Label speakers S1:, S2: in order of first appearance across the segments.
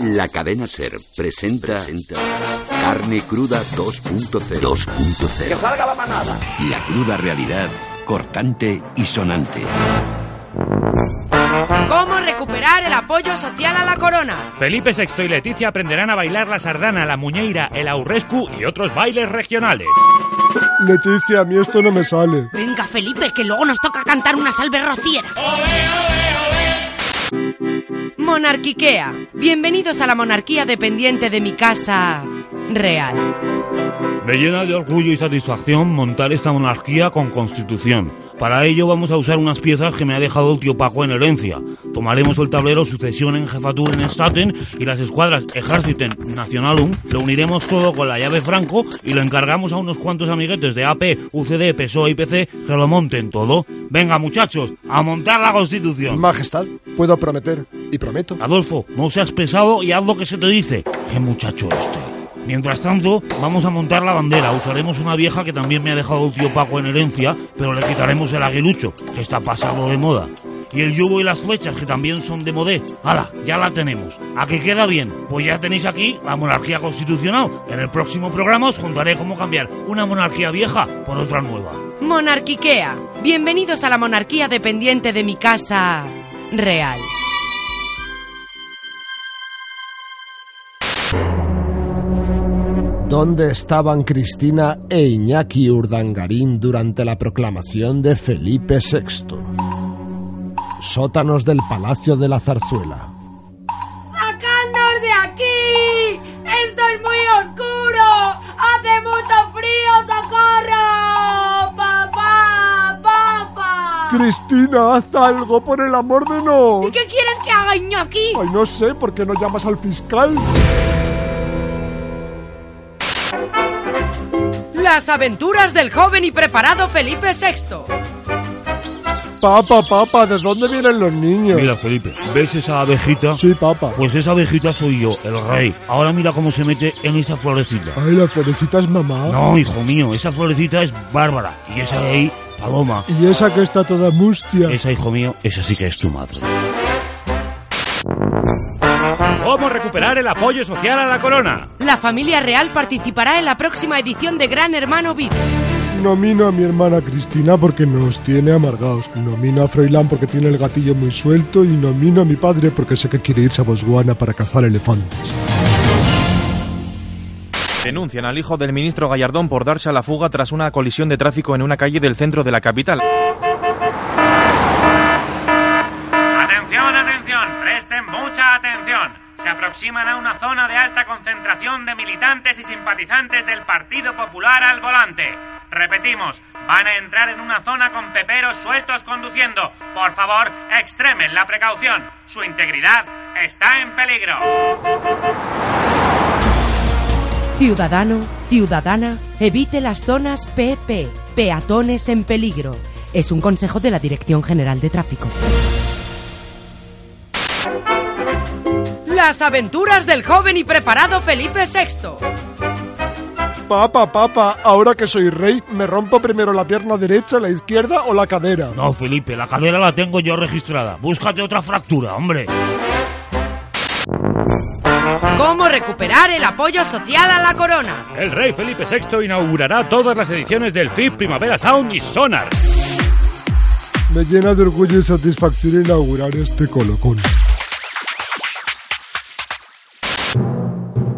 S1: La cadena Ser presenta, Carne Cruda 2.0. 2.0.
S2: ¡Que salga la manada!
S1: La cruda realidad, cortante y sonante.
S3: ¿Cómo recuperar el apoyo social a la corona?
S4: Felipe VI y Leticia aprenderán a bailar la sardana, la muñeira, el aurrescu y otros bailes regionales.
S5: Leticia, a mí esto no me sale.
S3: Venga, Felipe, que luego nos toca cantar una salve rociera. Monarquiquea. Bienvenidos a la monarquía dependiente de mi casa real.
S4: Me llena de orgullo y satisfacción montar esta monarquía con constitución. Para ello vamos a usar unas piezas que me ha dejado el tío Paco en herencia. Tomaremos el tablero Sucesión en Jefatur en Staten y las escuadras Ejérciten Nacionalum. Lo uniremos todo con la llave Franco y lo encargamos a unos cuantos amiguetes de AP, UCD, PSOE E y PC que lo monten todo. Venga muchachos, a montar la constitución.
S5: Majestad, puedo prometer, y prometo.
S4: Adolfo, no seas pesado y haz lo que se te dice. Qué muchacho este. Mientras tanto, vamos a montar la bandera. Usaremos una vieja que también me ha dejado el tío Paco en herencia, pero le quitaremos el aguilucho, que está pasado de moda. Y el yugo y las flechas, que también son de modé. ¡Hala! Ya la tenemos. ¿A qué queda bien? Pues ya tenéis aquí la monarquía constitucional. En el próximo programa os contaré cómo cambiar una monarquía vieja por otra nueva.
S3: Monarquiquea. Bienvenidos a la monarquía dependiente de mi casa real.
S5: ¿Dónde estaban Cristina e Iñaki Urdangarín durante la proclamación de Felipe VI? Sótanos del Palacio de la Zarzuela.
S6: ¡Sacadnos de aquí! ¡Esto es muy oscuro! ¡Hace mucho frío! ¡Socorro! ¡Papá! ¡Papá!
S5: Cristina, haz algo, por el amor de no.
S6: ¿Y qué quieres que haga Iñaki?
S5: Ay, no sé, ¿por qué no llamas al fiscal?
S3: Las aventuras del joven y preparado Felipe VI.
S5: Papa, papa, ¿de dónde vienen los niños?
S4: Mira, Felipe, ¿ves esa abejita?
S5: Sí, papa.
S4: Pues esa abejita soy yo, el rey. Ahora mira cómo se mete en esa florecita.
S5: Ay, la florecita es mamá.
S4: No, hijo mío, esa florecita es bárbara. Y esa de ahí, paloma.
S5: Y esa que está toda mustia.
S4: Esa, hijo mío, esa sí que es tu madre. ¿Cómo recuperar el apoyo social a la corona?
S3: La familia real participará en la próxima edición de Gran Hermano VIP.
S5: Nomino a mi hermana Cristina porque nos tiene amargados. Nomino a Froilán porque tiene el gatillo muy suelto. Y nomino a mi padre porque sé que quiere irse a Botswana para cazar elefantes.
S7: Denuncian al hijo del ministro Gallardón por darse a la fuga tras una colisión de tráfico en una calle del centro de la capital.
S8: Atención, atención, presten mucha atención. Se aproximan a una zona de alta concentración de militantes y simpatizantes del Partido Popular al volante. Repetimos, van a entrar en una zona con peperos sueltos conduciendo. Por favor, extremen la precaución. Su integridad está en peligro.
S3: Ciudadano, ciudadana, evite las zonas PP, peatones en peligro. Es un consejo de la Dirección General de Tráfico. Las aventuras del joven y preparado Felipe VI.
S5: Papa, papa, ahora que soy rey, ¿me rompo primero la pierna derecha, la izquierda o la cadera?
S4: No, Felipe, la cadera la tengo yo registrada. Búscate otra fractura, hombre.
S3: ¿Cómo recuperar el apoyo social a la corona?
S4: El rey Felipe VI inaugurará todas las ediciones del FIP Primavera Sound y Sonar.
S5: Me llena de orgullo y satisfacción inaugurar este colocón.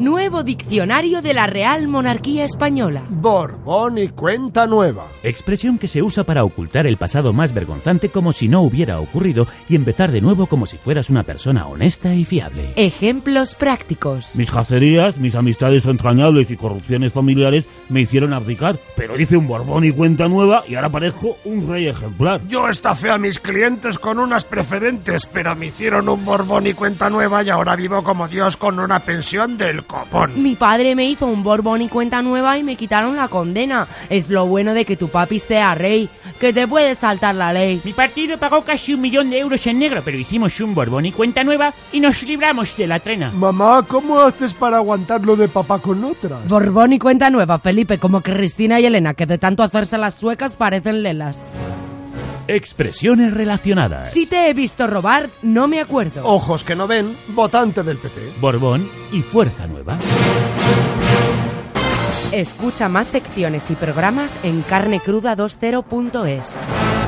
S3: Nuevo diccionario de la Real Monarquía Española.
S5: Borbón y cuenta nueva.
S9: Expresión que se usa para ocultar el pasado más vergonzante como si no hubiera ocurrido y empezar de nuevo como si fueras una persona honesta y fiable.
S3: Ejemplos prácticos.
S4: Mis cacerías, mis amistades entrañables y corrupciones familiares me hicieron abdicar, pero hice un borbón y cuenta nueva y ahora parezco un rey ejemplar.
S10: Yo estafé a mis clientes con unas preferentes, pero me hicieron un borbón y cuenta nueva y ahora vivo como Dios con una pensión del copón.
S3: Mi padre me hizo un Borbón y cuenta nueva y me quitaron la condena. Es lo bueno de que tu papi sea rey, que te puedes saltar la ley.
S9: Mi partido pagó casi un millón de euros en negro, pero hicimos un Borbón y cuenta nueva y nos libramos de la trena.
S5: Mamá, ¿cómo haces para aguantar lo de papá con otras?
S3: Borbón y cuenta nueva, Felipe, como Cristina y Elena, que de tanto hacerse las suecas parecen lelas.
S4: Expresiones relacionadas.
S3: Si te he visto robar, no me acuerdo.
S5: Ojos que no ven, votante del PP.
S4: Borbón y Fuerza Nueva.
S3: Escucha más secciones y programas en carnecruda20.es.